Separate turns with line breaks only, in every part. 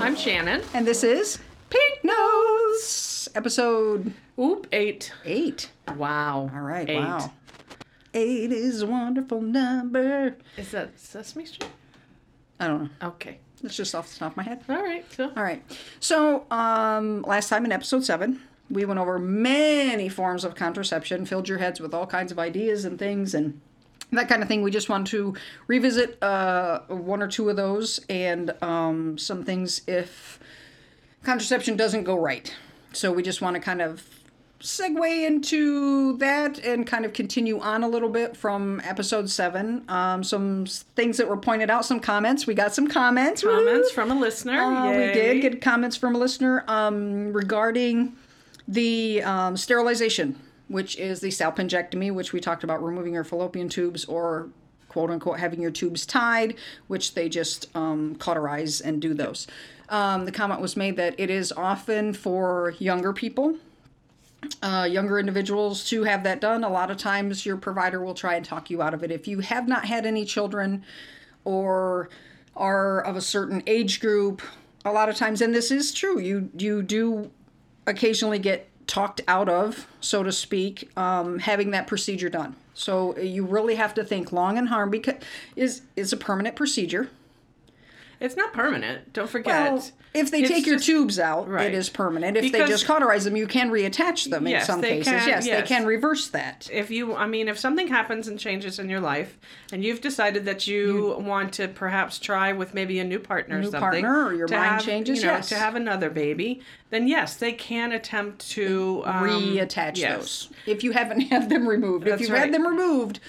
I'm Shannon.
And this is
Pink
Nose, episode
Oop, eight.
eight.
Wow.
All right,
Eight.
wow. Eight is a wonderful number.
Is that Sesame Street?
I don't know.
Okay.
It's just off the top of my head.
All right. So
All right. So, um, last time in episode seven, we went over many forms of contraception, filled your heads with all kinds of ideas and things and that kind of thing. We just want to revisit uh, one or two of those and um, some things if contraception doesn't go right. So, we just want to kind of segue into that and kind of continue on a little bit from episode seven. Um, some s- things that were pointed out, some comments. We got some comments. Woo!
comments from a listener.
Uh, we
Yay.
did get comments from a listener um, regarding the um, sterilization, which is the salpingectomy, which we talked about removing your fallopian tubes or quote unquote having your tubes tied, which they just um, cauterize and do those. Um, the comment was made that it is often for younger people uh, younger individuals to have that done. A lot of times, your provider will try and talk you out of it. If you have not had any children or are of a certain age group, a lot of times, and this is true, you you do occasionally get talked out of, so to speak, um, having that procedure done. So uh, you really have to think long and hard because is it's a permanent procedure.
It's not permanent. Don't forget.
Well, if they
It's
take your
just-
tubes out,
Right.
it is permanent. If they
Because-
just cauterize them, you can reattach them in
Yes,
some
they
cases.
can-
yes, they
yes.
can reverse that.
If you, I mean, if something happens and changes in your life, and you've decided that you, want to perhaps try with maybe a new partner, or
New
something,
partner or your
to
mind
have,
changes,
you know,
yes.
to have another baby, then yes, they can attempt to um,
reattach
yes.
those if you haven't had them removed. if
That's
you've
right.
had them removed,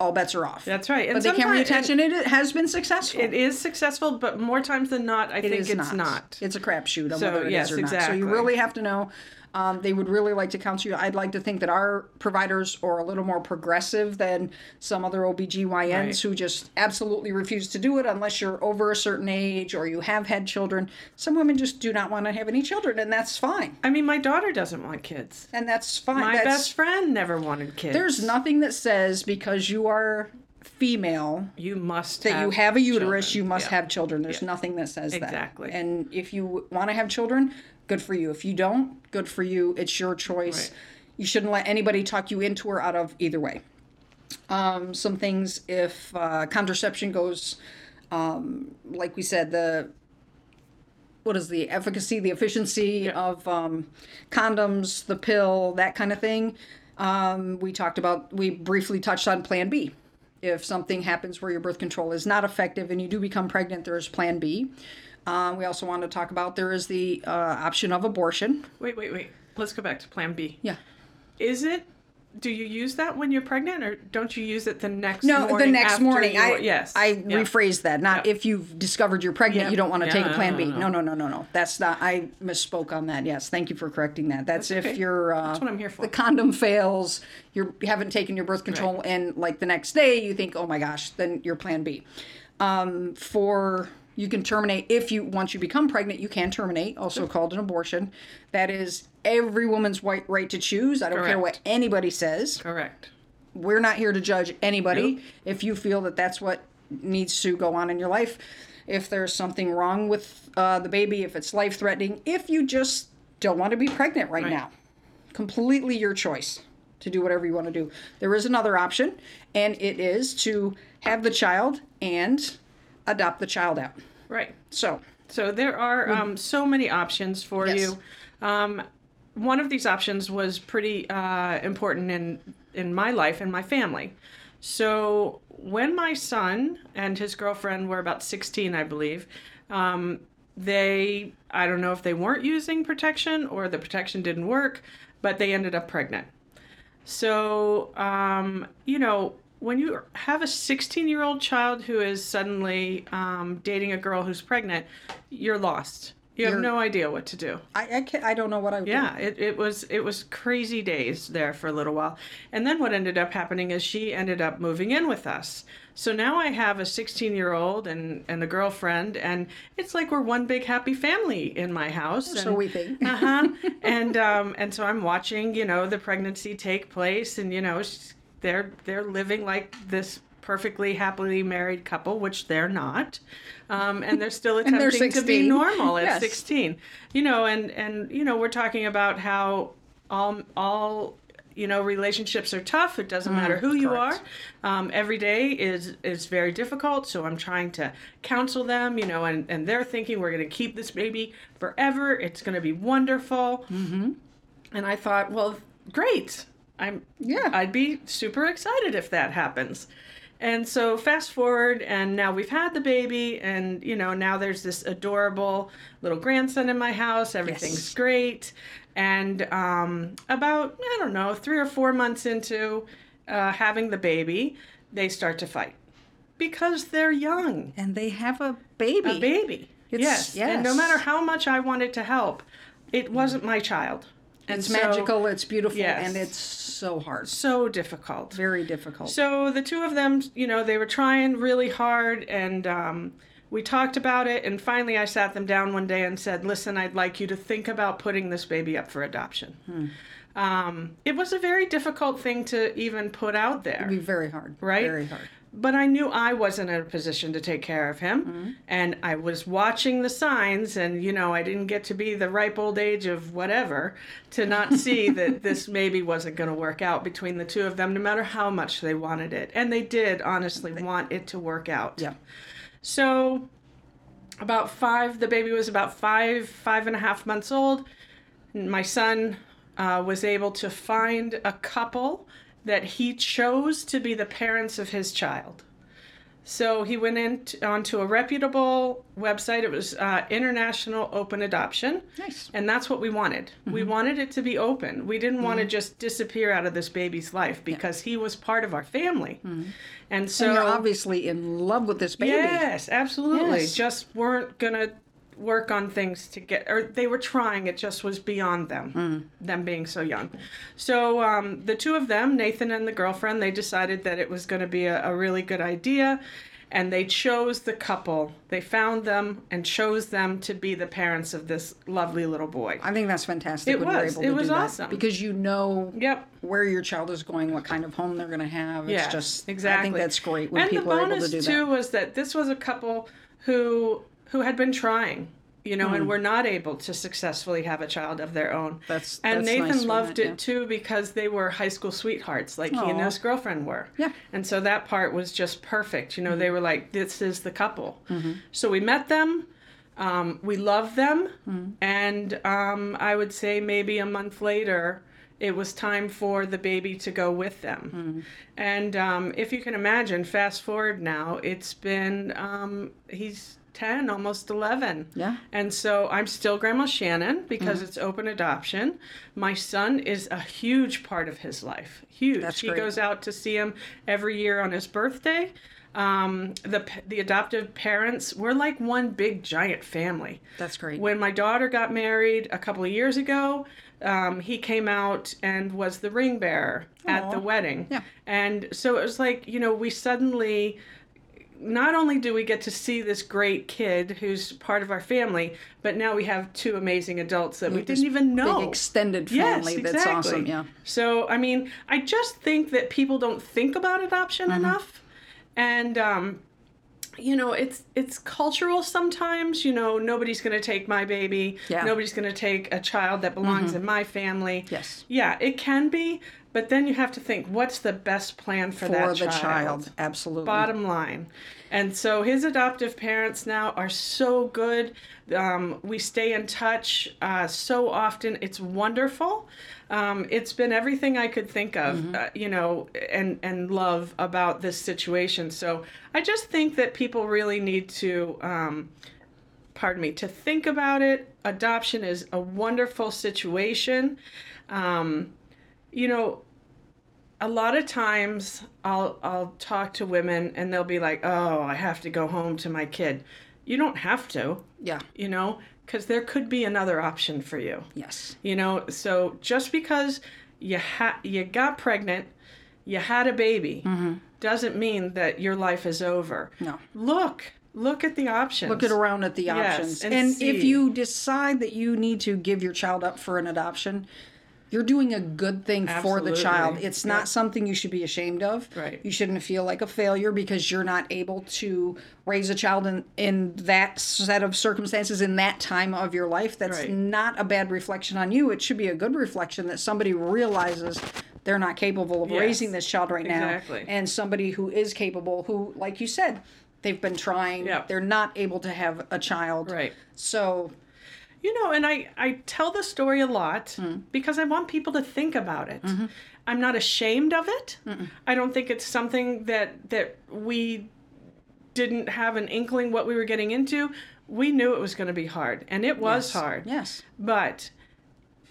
all bets are off.
That's right. And
but they can
sometimes-
reattach, and, it has been successful.
It is successful, but more times than not, I think
is
it's not.
It's a crapshoot on
So,
whether it is
yes,
or not. So
exactly.
you really have to know. Um, they would really like to counsel you. I'd like to think that our providers are a little more progressive than some other OBGYNs
Right.
who just absolutely refuse to do it unless you're over a certain age or you have had children. Some women just do not want to have any children, and that's fine.
I mean, my daughter doesn't want kids.
And that's fine.
My
that's,
best friend never wanted kids.
There's nothing that says because you are female
you must
that you have a uterus,
children.
you must
Yeah.
have children. There's nothing that says that.
Exactly.
And if you want to have children, good for you. If you don't, good for you. It's your choice.
Right.
You shouldn't let anybody talk you into or out of either way. Um, some things, if uh, contraception goes, um, like we said, the what is the efficacy, the efficiency of um, condoms, the pill, that kind of thing. Um, we talked about, we briefly touched on Plan B. If something happens where your birth control is not effective and you do become pregnant, there is Plan B. Um, we also want to talk about there is the uh, option of abortion.
Wait, wait, wait. Let's go back to Plan B.
Yeah.
Is it? Do you use that when you're pregnant, or don't you use it the next?
No,
morning
the next
after
morning.
you-
I
yes.
I
yeah.
rephrased that. Not if you've discovered you're pregnant,
Yeah.
you don't want to
Yeah,
take a
no,
Plan B. No,
no,
no, no, no, no. That's not. I misspoke on that. Yes, thank you for correcting that. That's, if
That's okay.
you're. Uh,
That's what I'm here for.
The condom fails. You're, you haven't taken your birth control, and like the next day, you think, oh my gosh, then your Plan B. Um, for you can terminate if you once you become pregnant, you can terminate, also called an abortion. That is every woman's white right to choose. I don't care what
Correct.
anybody says
Correct.
we're not here to judge anybody.
Nope.
If you feel that that's what needs to go on in your life, if there's something wrong with uh, the baby, if it's life threatening, if you just don't want to be pregnant right, now, completely your choice to do whatever you want to do. There is another option, and it is to have the child and adopt the child out.
Right.
So,
So there are um, so many options for
Yes.
you. Um, one of these options was pretty uh, important in in my life and my family. So when my son and his girlfriend were about 16, I believe, um, they I don't know if they weren't using protection or the protection didn't work, but they ended up pregnant. So, um, you know, when you have a 16 year old child who is suddenly um, dating a girl who's pregnant, you're lost. You have
You're-
no idea what to do.
I I, can, I don't know what I would do.
Yeah, it, it was it was crazy days there for a little while. And then what ended up happening is she ended up moving in with us. So now I have a 16 year old and, and a girlfriend, and it's like we're one big happy family in my house.
so
and-
we think.
uh-huh. and um, and so I'm watching, you know, the pregnancy take place, and you know, she's- they're they're living like this perfectly happily married couple, which they're not, um, and they're still
they're
attempting to be
16.
normal at
Yes.
16. You know, and and you know, we're talking about how all all you know relationships are tough. It doesn't matter who you are.
correct.
Um, every day is is very difficult. So I'm trying to counsel them. You know, and and they're thinking we're going to keep this baby forever. It's going to be wonderful. And I thought, well, great. I'm
Yeah.
I'd be super excited if that happens. And so fast forward and now we've had the baby and you know now there's this adorable little grandson in my house. Everything's
Yes.
great. And um, about I don't know, 3 or 4 months into uh, having the baby, they start to fight because they're young.
And they have a baby.
A baby.
It's-
yes. And no
yes.
matter how much I wanted to help, it wasn't my child. And
It's
so-
magical, it's beautiful,
Yes.
and it's so hard.
so difficult.
Very difficult.
So the two of them, you know, they were trying really hard, and um, we talked about it. And finally, I sat them down one day and said, "Listen, I'd like you to think about putting this baby up for adoption." Um, it was a very difficult thing to even put out there
It'd be very hard.
Right?
Very hard.
but I knew I wasn't in a position to take care of him. And I was watching the signs, and you know, I didn't get to be the ripe old age of whatever to not see that this maybe wasn't going to work out between the two of them, no matter how much they wanted it. And they did honestly want it to work out.
Yeah.
So, about five, the baby was about five, five and a half months old. My son uh, was able to find a couple that he chose to be the parents of his child. So he went in t- onto a reputable website. It was uh, International Open Adoption.
Nice.
And that's what we wanted. We wanted it to be open. We didn't want to just disappear out of this baby's life because he was part of our family. And so
and you're obviously in love with this baby.
Yes, absolutely.
Yes.
Just weren't gonna work on things to get, or they were trying. It just was beyond them, them being so young. So um, the two of them, Nathan and the girlfriend, they decided that it was going to be a, a really good idea, and they chose the couple. They found them and chose them to be the parents of this lovely little boy.
I think that's fantastic
It
when you're
was.
able
It
to
was
do that
awesome.
because you know
Yep.
where your child is going, what kind of home they're going to have. um, It's
Yeah,
just
exactly.
I think that's great when
and
people
the
are
bonus
able to do
too
that.
was that this was a couple who who had been trying, you know, and were not able to successfully have a child of their own.
Mm-hmm. That's-
and
that's
Nathan
nice when
loved
that-
it
yeah.
too because they were high school sweethearts, like he and
Aw.
his girlfriend were.
Yeah. Mm-hmm.
And so that part was just perfect. You know, they were like, "This is the couple." So we met them. Um, we loved them,
Mm-hmm.
and um, I would say maybe a month later, it was time for the baby to go with
Mm-hmm.
them. And um, if you can imagine, fast forward now, it's been um, he's ten, almost eleven.
Yeah. Mm-hmm.
And so I'm still Grandma Shannon because it's open adoption. My son is a huge part of his life. Huge.
That's
he
great.
goes out to see him every year on his birthday. Um, the p- the adoptive parents we're like one big giant family.
That's great.
When my daughter got married a couple of years ago, um, he came out and was the ring bearer at the
Aw.
wedding.
Yeah.
And so it was like you know we suddenly not only do we get to see this great kid who's part of our family, but now we have two amazing adults that we
this
didn't even know.
Big extended family.
Yes,
That's
exactly.
awesome. Yeah.
So I mean, I just think that people don't think about adoption
Mm-hmm.
enough, and um, you know, it's it's cultural sometimes. You know, nobody's going to take my baby.
Yeah. Mm-hmm.
Nobody's going to take a child that belongs in my family.
Yes.
Yeah, it can be, but then you have to think, what's the best plan for,
For
that
the child. Absolutely.
Bottom line. And so his adoptive parents now are so good. Um, we stay in touch uh, so often. It's wonderful. Um, it's been everything I could think of, uh, you know, and, and love about this situation. So I just think that people really need to. Um, pardon me, to think about it. Adoption is a wonderful situation. Um, you know, a lot of times I'll I'll talk to women and they'll be like, "Oh, I have to go home to my kid." You don't have to,
Yeah.
you know, cuz there could be another option for you.
Yes.
You know, so just because you ha- you got pregnant, you had a baby, doesn't mean that your life is over.
No.
Look, look at the options.
Look it around at the
Yes,
options.
and
and if
see.
you decide that you need to give your child up for an adoption, you're doing a good thing for the child.
Absolutely.
It's not something you should be ashamed of.
Right.
You shouldn't feel like a failure because you're not able to raise a child in, in that set of circumstances in that time of your life. That's
Right.
not a bad reflection on you. It should be a good reflection that somebody realizes they're not capable of
Yes.
raising this child right now.
Exactly.
And somebody who is capable, who, like you said, they've been trying,
Yep.
they're not able to have a child.
Right.
So
You know, and I, I tell the story a lot because I want people to think about it. I'm not ashamed of it. I don't think it's something that that we didn't have an inkling what we were getting into. We knew it was going to be hard, and it was hard.
Yes.
But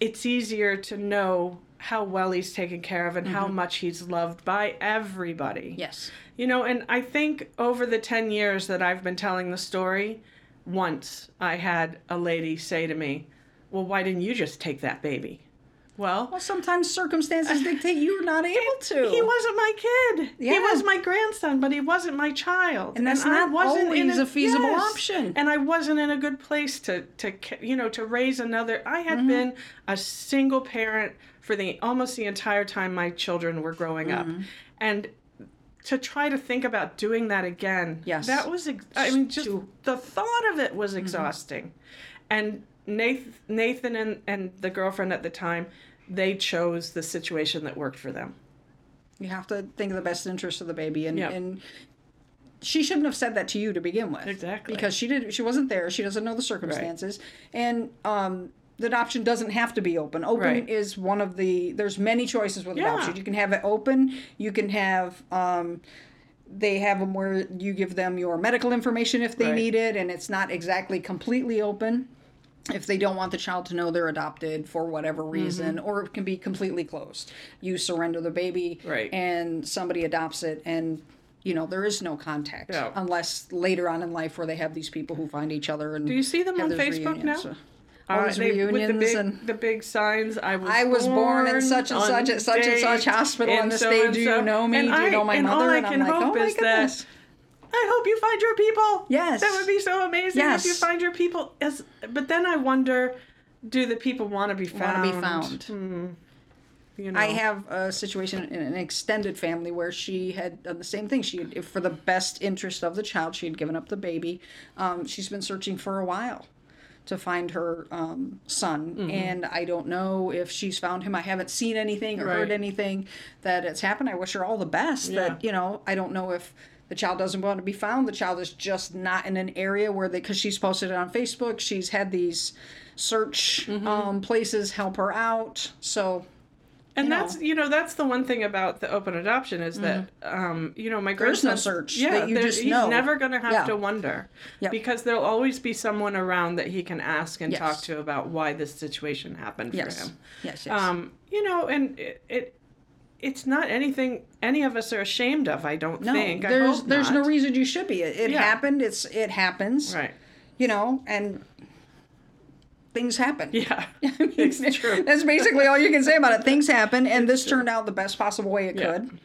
it's easier to know how well he's taken care of and how much he's loved by everybody.
Yes.
You know, and I think over the 10 years that I've been telling the story, once I had a lady say to me, Well, why didn't you just take that baby? Well,
Well, sometimes circumstances dictate you're not able to.
he wasn't my kid. He
Yeah.
was my grandson, but he wasn't my child.
And that's not always a feasible option.
And I wasn't in a good place to, to ca- you know, to raise another. I
Mm-hmm.
had been a single parent for the almost the entire time my children were growing
Mm-hmm.
up. And to try to think about doing that again.
Yes. Mm-hmm.
That was, ex- I mean, just the thought of it was exhausting. And Nathan, Nathan and, and the girlfriend at the time, they chose the situation that worked for them.
You have to think of the best interest of the baby, and
Yeah.
and she shouldn't have said that to you to begin with,
Exactly.
because she did. not She wasn't there. She doesn't know the circumstances, and um, the adoption doesn't have to be open. Open
Right.
is one of the. There's many choices with
Yeah.
adoption. You can have it open. You can have. Um, they have them where you give them your medical information if they
Right.
need it, and it's not exactly completely open. if they don't want the child to know they're adopted for whatever
Mm-hmm.
reason, or it can be completely closed. You surrender the baby,
Right.
and somebody adopts it, and you know there is no contact
No.
unless later on in life where they have these people who find each other. And
Do you see them on Facebook now?
All
Uh,
these
they-
reunions
with the big,
and
the big signs. I was
I was born in such and
on
such at such and such
date
hospital on
in
this
so
day.
and
Do you
so."
know me?
And
Do you
I-
know my
and
mother?
All I
and
can
I'm like,
hope
oh my
is
goodness.
that I hope you find your people.
Yes.
that would be so amazing if you
Yes.
find your people. As but then I wonder, do the people want to be found?
want to be found.
You know?
I have a situation in an extended family where she had done the same thing. She, had, for the best interest of the child, she had given up the baby. Um, she's been searching for a while to find her um, son,
Mm-hmm.
and I don't know if she's found him. I haven't seen anything or
Right.
heard anything that it's happened. I wish her all the best. That
Yeah.
you know, I don't know if. The child doesn't want to be found. The child is just not in an area where they, because she's posted it on Facebook. She's had these search
Mm-hmm.
um, places help her out. So
and
you know.
that's you know that's the one thing about the open adoption is that um, you know my
There's Mm-hmm. no
grandson's-
search
Yeah,
that you
there-
just
he's
know.
never going to have
Yeah.
to wonder
Yep.
because there'll always be someone around that he can ask and talk
Yes.
to about why this situation happened for
yes,
him.
yes, yes.
Um, you know, and it, it it's not anything any of us are ashamed of. I don't
No,
think. I
there's
hope
there's
not.
no reason you should be. It, it
Yeah.
happened. It's it happens.
Right.
You know, and things happen.
Yeah. it's true.
That's basically all you can say about it. Things happen, and this turned out the best possible way it
Yeah.
could.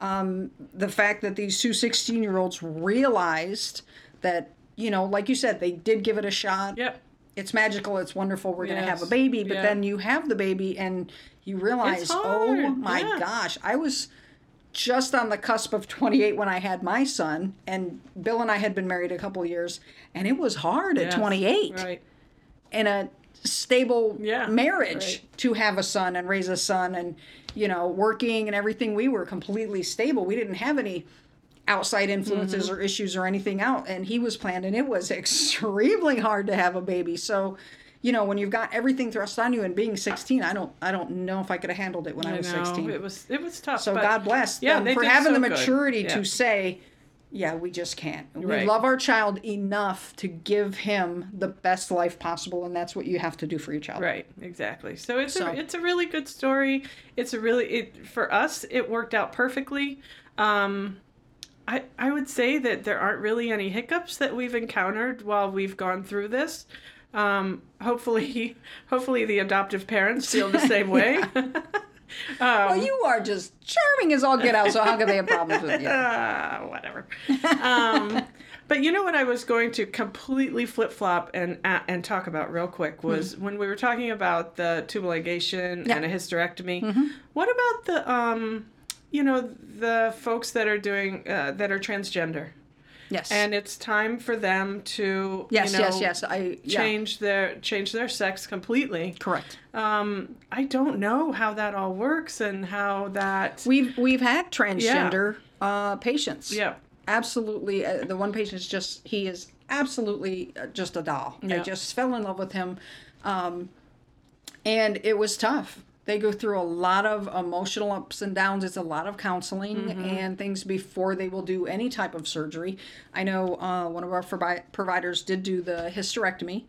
Um, the fact that these two 16 year olds realized that, you know, like you said, they did give it a shot.
Yep.
It's magical. It's wonderful. We're going to have a
Yes.
baby. But
Yeah.
then you have the baby and you realize, oh
hard.
my
Yeah.
gosh, I was just on the cusp of 28 when I had my son. And Bill and I had been married a couple of years. And it was hard at
Yes.
28
Right.
in a stable
Yeah,
marriage
right.
to have a son and raise a son and you know working and everything we were completely stable we didn't have any outside influences
Mm-hmm.
or issues or anything out and he was planned and it was extremely hard to have a baby so you know when you've got everything thrust on you and being 16 i don't i don't know if i could have handled it when i,
I
was
know,
16
It was it was tough.
so
but-
God bless
Yeah,
them
they
for
did
having
so
the
good.
maturity
Yeah.
to say, yeah, we just can't. We
Right.
love our child enough to give him the best life possible, and that's what you have to do for your child.
Right, exactly. So it's
So-
a it's a really good story. It's a really it for us it worked out perfectly. Um I I would say that there aren't really any hiccups that we've encountered while we've gone through this. Um hopefully hopefully the adoptive parents feel the same way.
Well, you are just charming as all get out. So how can they have problems with you?
uh, whatever. Um, But you know what I was going to completely flip flop and uh, and talk about real quick was when we were talking about the tubal ligation
Hmm. Yeah. Mm-hmm.
and a hysterectomy. What about the um, you know, the folks that are doing uh, that are transgender,
Yes.
and it's time for them to
yes,
you know,
yes, yes. I yeah.
change their change their sex completely.
Correct.
Um, I don't know how that all works and how that
We've we've had transgender uh, patients.
yeah.
absolutely uh, the one patient is just he is absolutely uh, just a doll i
Yeah.
just fell in love with him um, and it was tough they go through a lot of emotional ups and downs it's a lot of counseling and things before they will do any type of surgery i know uh, one of our provi- providers did do the hysterectomy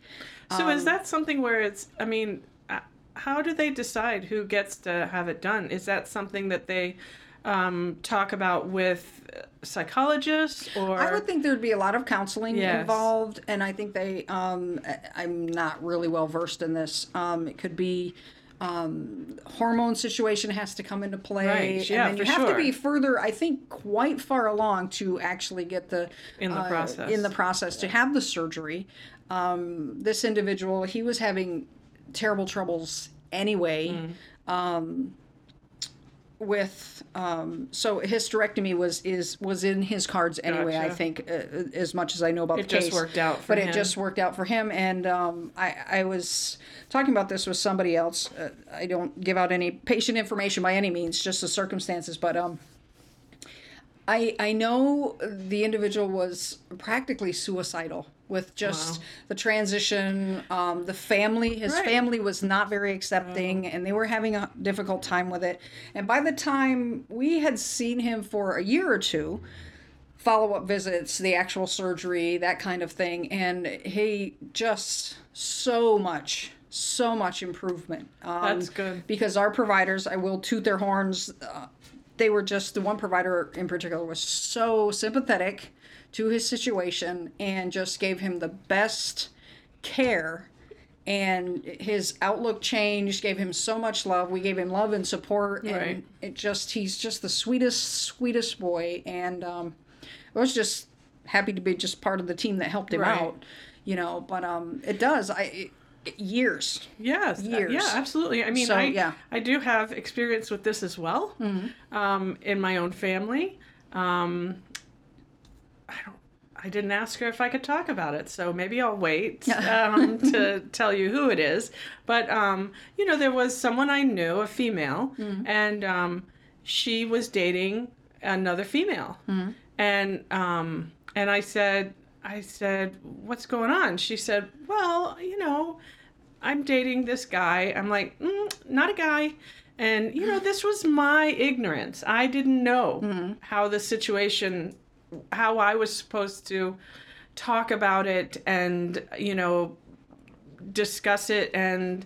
So
Um,
is that something where it's? I mean, uh, how do they decide who gets to have it done? Is that something that they um, talk about with uh, psychologists or?
I would think there'd be a lot of counseling
Yes.
involved, and I think they. Um, I- I'm not really well versed in this. Um, it could be um, hormone situation has to come into play,
Right, yeah,
and then you
for
have to be
sure.
further. I think quite far along to actually get the uh,
In the process.
in the process to have the surgery. Um, this individual, he was having terrible troubles anyway. Um,
Mm.
with um, so hysterectomy was is was in his cards anyway. I
Gotcha.
think uh, as much as I know about
It
the case,
just worked out for
but it
him.
just worked out for him. And um, I I was talking about this with somebody else. Uh, I don't give out any patient information by any means, just the circumstances. But um, I I know the individual was practically suicidal with just the transition. Um, the family, his
Right.
family was not very accepting, and they were having a difficult time with it. And by the time we had seen him for a year or two, follow up visits, the actual surgery, that kind of thing, and he just so much. So much improvement. Um,
That's good.
because our providers, I will toot their horns. Uh, they were just the one provider in particular was so sympathetic to his situation and just gave him the best care. And his outlook changed, gave him so much love. We gave him love and support. And
Right.
it just, he's just the sweetest, sweetest boy. And um, I was just happy to be just part of the team that helped him
Right.
out, you know. But um, it does. I, it- it, years.
Yes. uh,
years.
Yeah, absolutely. I mean,
So,
I
yeah. Mm-hmm.
I do have experience with this as well, um, in my own family. Um, I don't. I didn't ask her if I could talk about it, so maybe I'll wait um, to tell you who it is. But um, you know, there was someone I knew, a female,
Mm-hmm.
and um, she was dating another female,
Mm-hmm.
and um, and I said, I said, what's going on? She said, well, you know, I'm dating this guy. I'm like, mm, not a guy. And, you know, this was my ignorance. I didn't know how the situation, how I was supposed to talk about it and, you know, discuss it and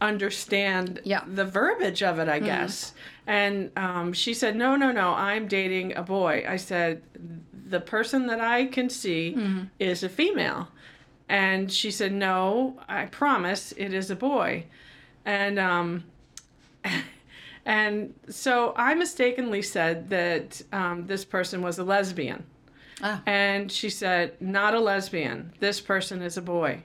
understand
Yeah.
the verbiage of it, I guess. And um, she said, no, no, no, I'm dating a boy. I said, the person that I can see is a female. And she said, No, I promise it is a boy. And um, and so I mistakenly said that um, this person was a lesbian.
Ah.
And she said, Not a lesbian. This person is a boy.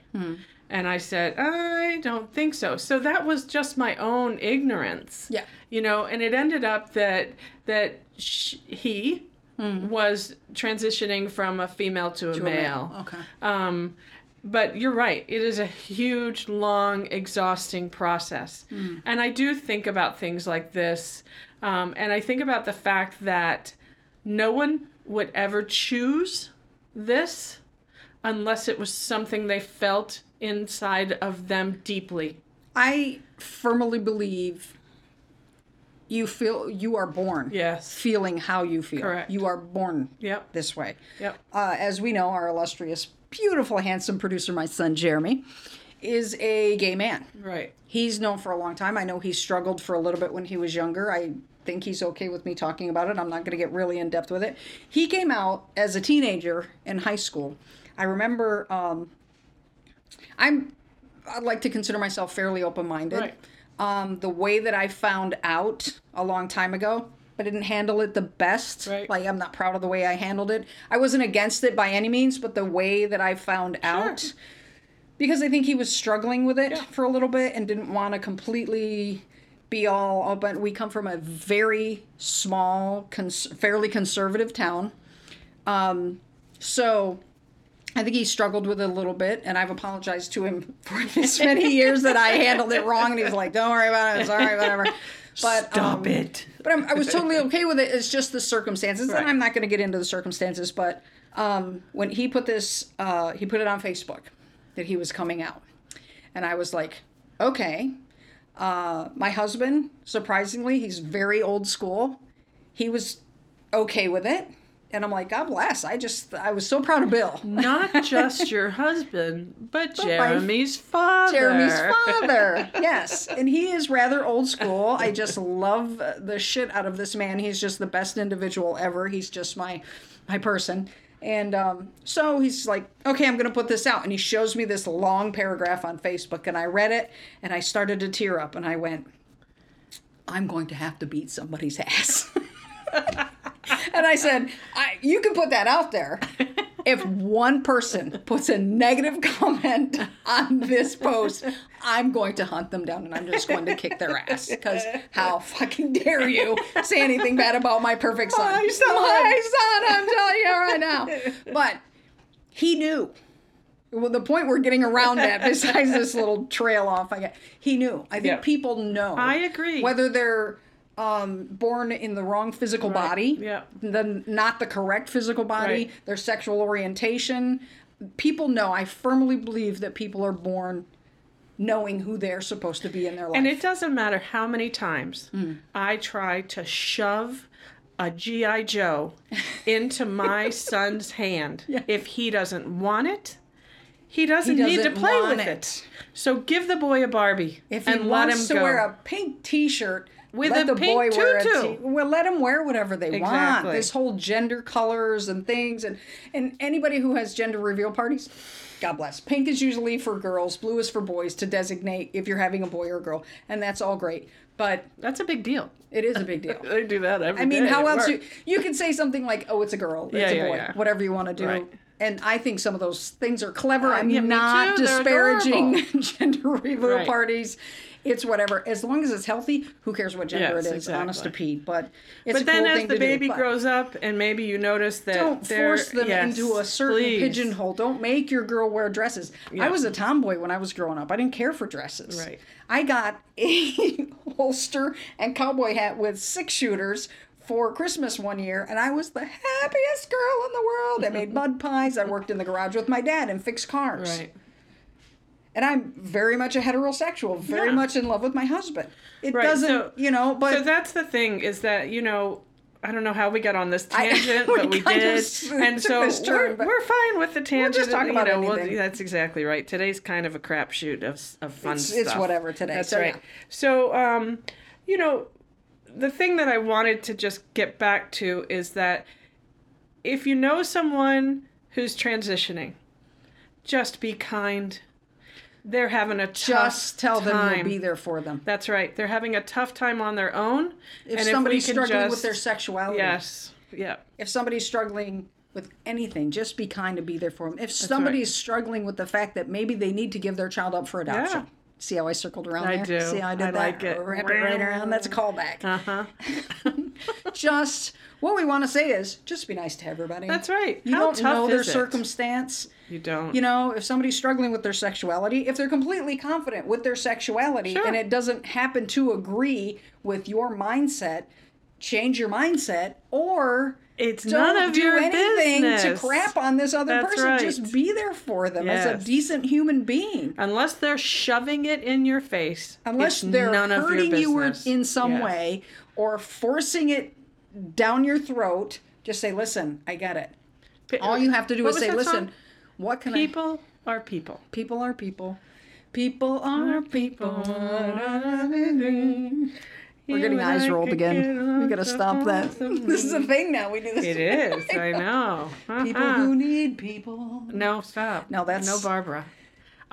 And I said, I don't think so. So that was just my own ignorance
Yeah.
you know and it ended up that that sh- he was transitioning from a female Hmm. to a male,
Okay.
um but you're right it is a huge long exhausting process and i do think about things like this um, and i think about the fact that no one would ever choose this unless it was something they felt inside of them deeply
I firmly believe you feel you are born
yes
feeling how you feel.
Correct.
You are born
yep
this way.
yep
Uh, as we know, our illustrious, beautiful, handsome producer, my son Jeremy, is a gay man.
right
He's known for a long time. I know he struggled for a little bit when he was younger. I think he's okay with me talking about it. I'm not going to get really in depth with it. He came out as a teenager in high school. I remember um, I'm I'd like to consider myself fairly open minded.
Right.
Um, the way that I found out a long time ago I didn't handle it the best.
Right.
Like I'm not proud of the way I handled it. I wasn't against it by any means, but the way that I found out because I think he was struggling with it
Yeah.
for a little bit and didn't want to completely be all open. We come from a very small, cons- fairly conservative town. Um, so I think he struggled with it a little bit, and I've apologized to him for this many years that I handled it wrong, and he's like, "Don't worry about it. It's all right, whatever." But
Stop
um,
it.
but I'm, I was totally okay with it. It's just the circumstances,
Right.
and I'm not going to get into the circumstances. But um, when he put this, uh, he put it on Facebook that he was coming out, and I was like, okay. Uh, my husband, surprisingly, he's very old school. He was okay with it, and I'm like, God bless. I just, I was so proud of Bill.
Not just your husband, but Jeremy's father.
Jeremy's father. yes. And he is rather old school. I just love the shit out of this man. He's just the best individual ever. He's just my my person. And um, so he's like, okay, I'm going to put this out. And he shows me this long paragraph on Facebook. And I read it and I started to tear up. And I went, I'm going to have to beat somebody's ass. and I said, I, you can put that out there. If one person puts a negative comment on this post, I'm going to hunt them down and I'm just going to kick their ass. Because how fucking dare you say anything bad about my perfect son?
My son.
My son, I'm telling you right now. But he knew. Well, the point we're getting around at, besides this little trail off, I get, he knew. I think
Yeah.
people know.
I agree.
Whether they're um, born in the wrong physical body,
yeah.
the, not the correct physical body,
Right.
their sexual orientation, people know. I firmly believe that people are born knowing who they're supposed to be in their life.
And it doesn't matter how many times
Hmm.
I try to shove a G.I. Joe into my son's hand. If he doesn't want it, he doesn't, need to
doesn't
play with
want
it.
it.
So give the boy a Barbie
if he
and let
wants
him
to
go.
wear a pink T-shirt
With
let
a
the
pink
boy wear a
tutu.
t- well, let him wear whatever they
Exactly.
want. This whole gender colors and things, and and anybody who has gender reveal parties, God bless. Pink is usually for girls, blue is for boys to designate if you're having a boy or a girl, and that's all great. But
That's a big deal.
it is a big deal.
They do that every
I mean,
day
how
at
else you
work.
you can say something like, "Oh, it's a girl, it's
Yeah,
a
yeah,
boy,"
yeah.
whatever you want to do.
Right. Uh,
And I think some of those things are clever. I'm
yeah, me
not
too. They're
disparaging
adorable.
gender reveal
Right.
parties. It's whatever, as long as it's healthy. Who cares what gender
Yes,
it is? Honest to
exactly.
Pete, but it's a
But then
cool
as
thing
the
to do,
baby
but
grows up and maybe you notice that
Don't
they're-
force them
yes,
into a certain
please.
pigeonhole. Don't make your girl wear dresses. I was a tomboy when I was growing up. I didn't care for dresses.
Right.
I got a holster and cowboy hat with six shooters for Christmas one year, and I was the happiest girl in the world. I made mud pies. I worked in the garage with my dad and fixed cars.
Right.
And I'm very much a heterosexual, very
Yeah.
much in love with my husband. It
Right,
doesn't,
so-
you know, but.
so that's the thing is that you know I don't know how we got on this
I-
tangent,
we
but we
kind of
did,
s-
and
took
so
this turn,
we're,
but
we're fine with the tangent.
talk
you
about
know,
anything.
that's exactly right. Today's kind of a crapshoot of s- of fun
It's-
stuff.
it's whatever today,
That's
so
right.
yeah.
So, um, you know, the thing that I wanted to just get back to is that if you know someone who's transitioning, just be kind. They're having a tough
just tell them
time.
you'll be there for them.
That's right. They're having a tough time on their own.
If
and
somebody's
if we can
struggling with
just-
their sexuality,
Yes. Yeah.
if somebody's struggling with anything, just be kind to be there for them. If somebody's struggling with the fact that maybe they need to give their child up for adoption.
Yeah.
See how I circled around
I
there?
do.
See how I did
I
that?
like it.
Wrap it right around. That's a callback.
Uh huh.
just what we want to say is just be nice to everybody.
That's right.
You
How
don't
tough
know their
is it?
circumstance.
You don't.
You know, if somebody's struggling with their sexuality, if they're completely confident with their sexuality
Sure.
and it doesn't happen to agree with your mindset, change your mindset or
It's
don't
none of
do
your
anything
business.
to crap on this other
That's
person.
right.
Just be there for them as
Yes.
a decent human being.
Unless they're shoving it in your face.
Unless
it's
they're
none
hurting
of your
you or-
business.
in some
Yes.
way or forcing it down your throat, just say, "Listen, I get it."
P-
All you have to do
what
is
was
say,
that
"Listen,
song?
what can I
people are people.
People are people. People are people. We're getting eyes rolled again. We gotta stop that. This is a thing now. We do this.
It is. I know.
People
Uh-huh.
who need people.
No, stop.
No, that's-
no Barbara.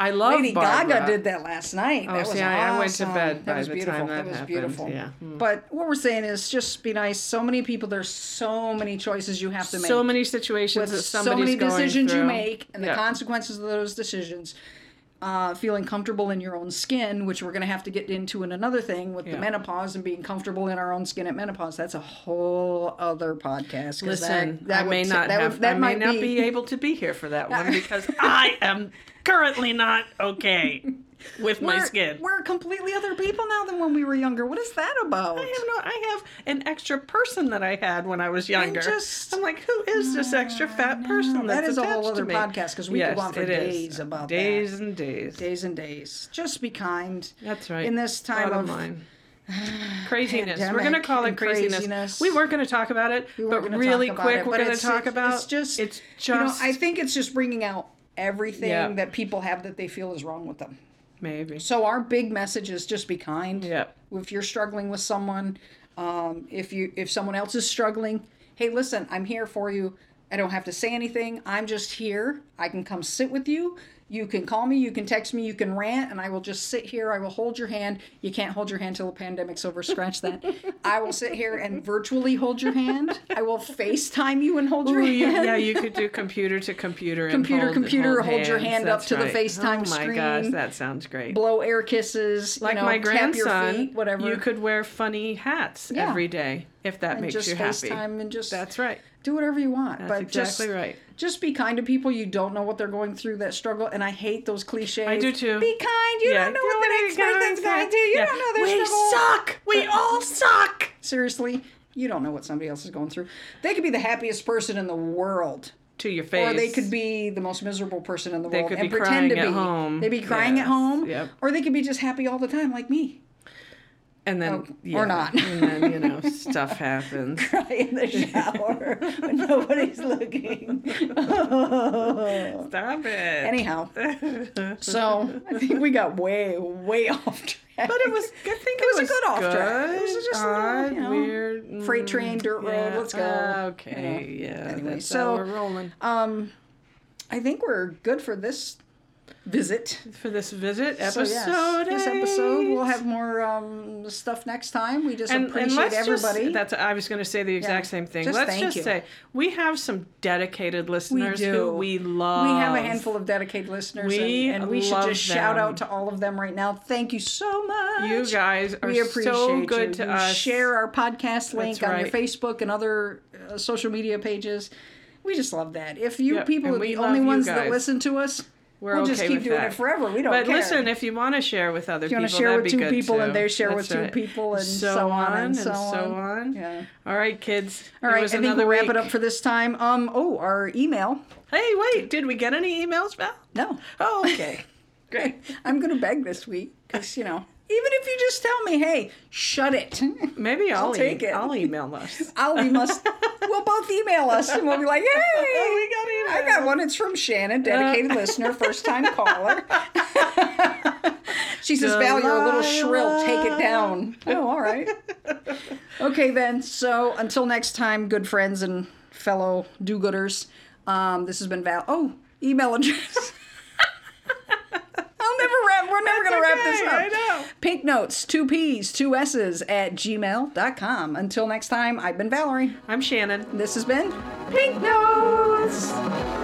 I love
Lady
Barbara.
Gaga did that last night.
Oh,
that was
see, I- I went to
awesome.
bed
That
by
was
the
beautiful.
time that
was
happened,
beautiful.
yeah. Hmm.
But what we're saying is just be nice. So many people, there's so many choices you have to make.
So many situations that
with so
somebody's
many
going
decisions you
through.
make and the
Yeah.
consequences of those decisions. Uh, feeling comfortable in your own skin, which we're going to have to get into in another thing with the
Yeah.
menopause and being comfortable in our own skin at menopause. That's a whole other podcast. 'cause
Listen, I
would
may
t-
not
that
have,
would, that
I may
might
not be able to be here for that one because I am currently not okay with my
we're,
skin.
We're completely other people now than when we were younger. What is that about?
I have no. I have an extra person that I had when I was younger.
just-
I'm like, who is this extra fat
no,
person? That's
that is a whole
attached to
other
me?
podcast 'cause we could
yes,
go on for
it is.
days about that.
days and days.
Days and days. Just be kind.
That's right.
In this time
Bottom
of
line. craziness. We're
pandemic
gonna call it
and
craziness.
craziness.
We weren't gonna talk about it,
We weren't
but
gonna
really
talk about
quick,
it,
we're
but
gonna
it's-
talk
it's-
about.
It's just.
It's just.
You know, I think it's just bringing out everything
Yeah.
that people have that they feel is wrong with them.
maybe.
So our big message is just be kind.
Yep.
If you're struggling with someone, um, if you if someone else is struggling, hey, listen, I'm here for you. I don't have to say anything. I'm just here. I can come sit with you. You can call me. You can text me. You can rant, and I will just sit here. I will hold your hand. You can't hold your hand till the pandemic's over. Scratch that. I will sit here and virtually hold your hand. I will FaceTime you and hold your
Ooh,
hand.
you, yeah, you could do computer to computer. and
Computer,
hold,
computer, hold your
hands.
hand up
That's
to the
right.
FaceTime
Oh my
screen.
gosh, that sounds great.
Blow air kisses.
like
you know,
my
tap
grandson,
your feet, whatever.
You could wear funny hats
Yeah.
every day if that makes
just
you happy.
FaceTime and just
That's right.
do whatever you want. That's but
exactly
just,
right.
Just be kind to people. You don't know what they're going through that struggle, and I hate those cliches.
I do too.
Be kind. You don't know what the next person's going to do. You
Yeah.
don't know their
We
struggle.
suck. We all suck.
Seriously, you don't know what somebody else is going through. They could be the happiest person in the world.
To your face.
Or they could be the most miserable person in the world
could
and
be
pretend to be.
crying at home.
They'd be crying
Yes.
at home.
Yep.
Or they could be just happy all the time, like me.
and then
Oh, or
yeah,
not.
and then you know stuff happens.
in the shower when nobody's looking.
Stop it.
Anyhow, so I think we got way, way off track.
but it was. I think it,
was a good off track. It was
good,
just a little,
odd,
you know,
weird.
freight
mm,
train, dirt road.
yeah,
Let's go.
uh,
You know.
okay. Yeah.
Anyway,
that's
so-
how we're rolling
Um, I think we're good for this visit.
for this visit
So,
episode.
yes, this episode,
eight.
we'll have more um, stuff next time. We just
and, and
appreciate
let's
everybody.
Just, that's I was going to say the exact
Yeah.
same thing.
Just
let's
thank
just
you.
say we have some dedicated listeners
do.
who we love.
we have a handful of dedicated listeners,
We
and, and we should
love
just shout
them.
out to all of them right now. Thank you so much.
You guys are
we appreciate
so good
you.
to
You
us.
Share our podcast link on your
right.
Facebook and other uh, social media pages. We just love that. If you
Yep,
people
and
are
we
the
love
only
you
ones that
guys.
listen to us,
We're
we'll just
okay
keep
with
doing
that.
it forever. We don't
But
care.
listen, if you want to share with other
you
people,
want to share
that'd
with
be
two
good
people and
too.
they share with
That's
two
right.
people and so, on and so, on. Yeah.
All right, kids.
All
it
right, I
was
think
another
we'll wrap
week.
it up for this time. Um, oh, our email.
Hey, wait, did we get any emails, Val?
No,
Oh, okay. Great.
I'm gonna beg this week because you know, even if you just tell me, hey, shut it,
Maybe I'll,
I'll take
e-
it.
I'll email us.
I'll we must. we'll both email us and we'll be like, hey,
Oh, we got Uh.
I got one. It's from Shannon, dedicated listener, first time caller. she says, Val, you're a little shrill. Take it down. Oh, all right. Okay, then. So until next time, good friends and fellow do gooders, um, this has been Val. Oh, email address. I'll never wrap. We're never
That's
going to wrap this
okay,
up.
I know.
Pink notes, two P's, two S's at gmail.com. Until next time, I've been Valerie.
I'm Shannon.
This has been Pink Notes.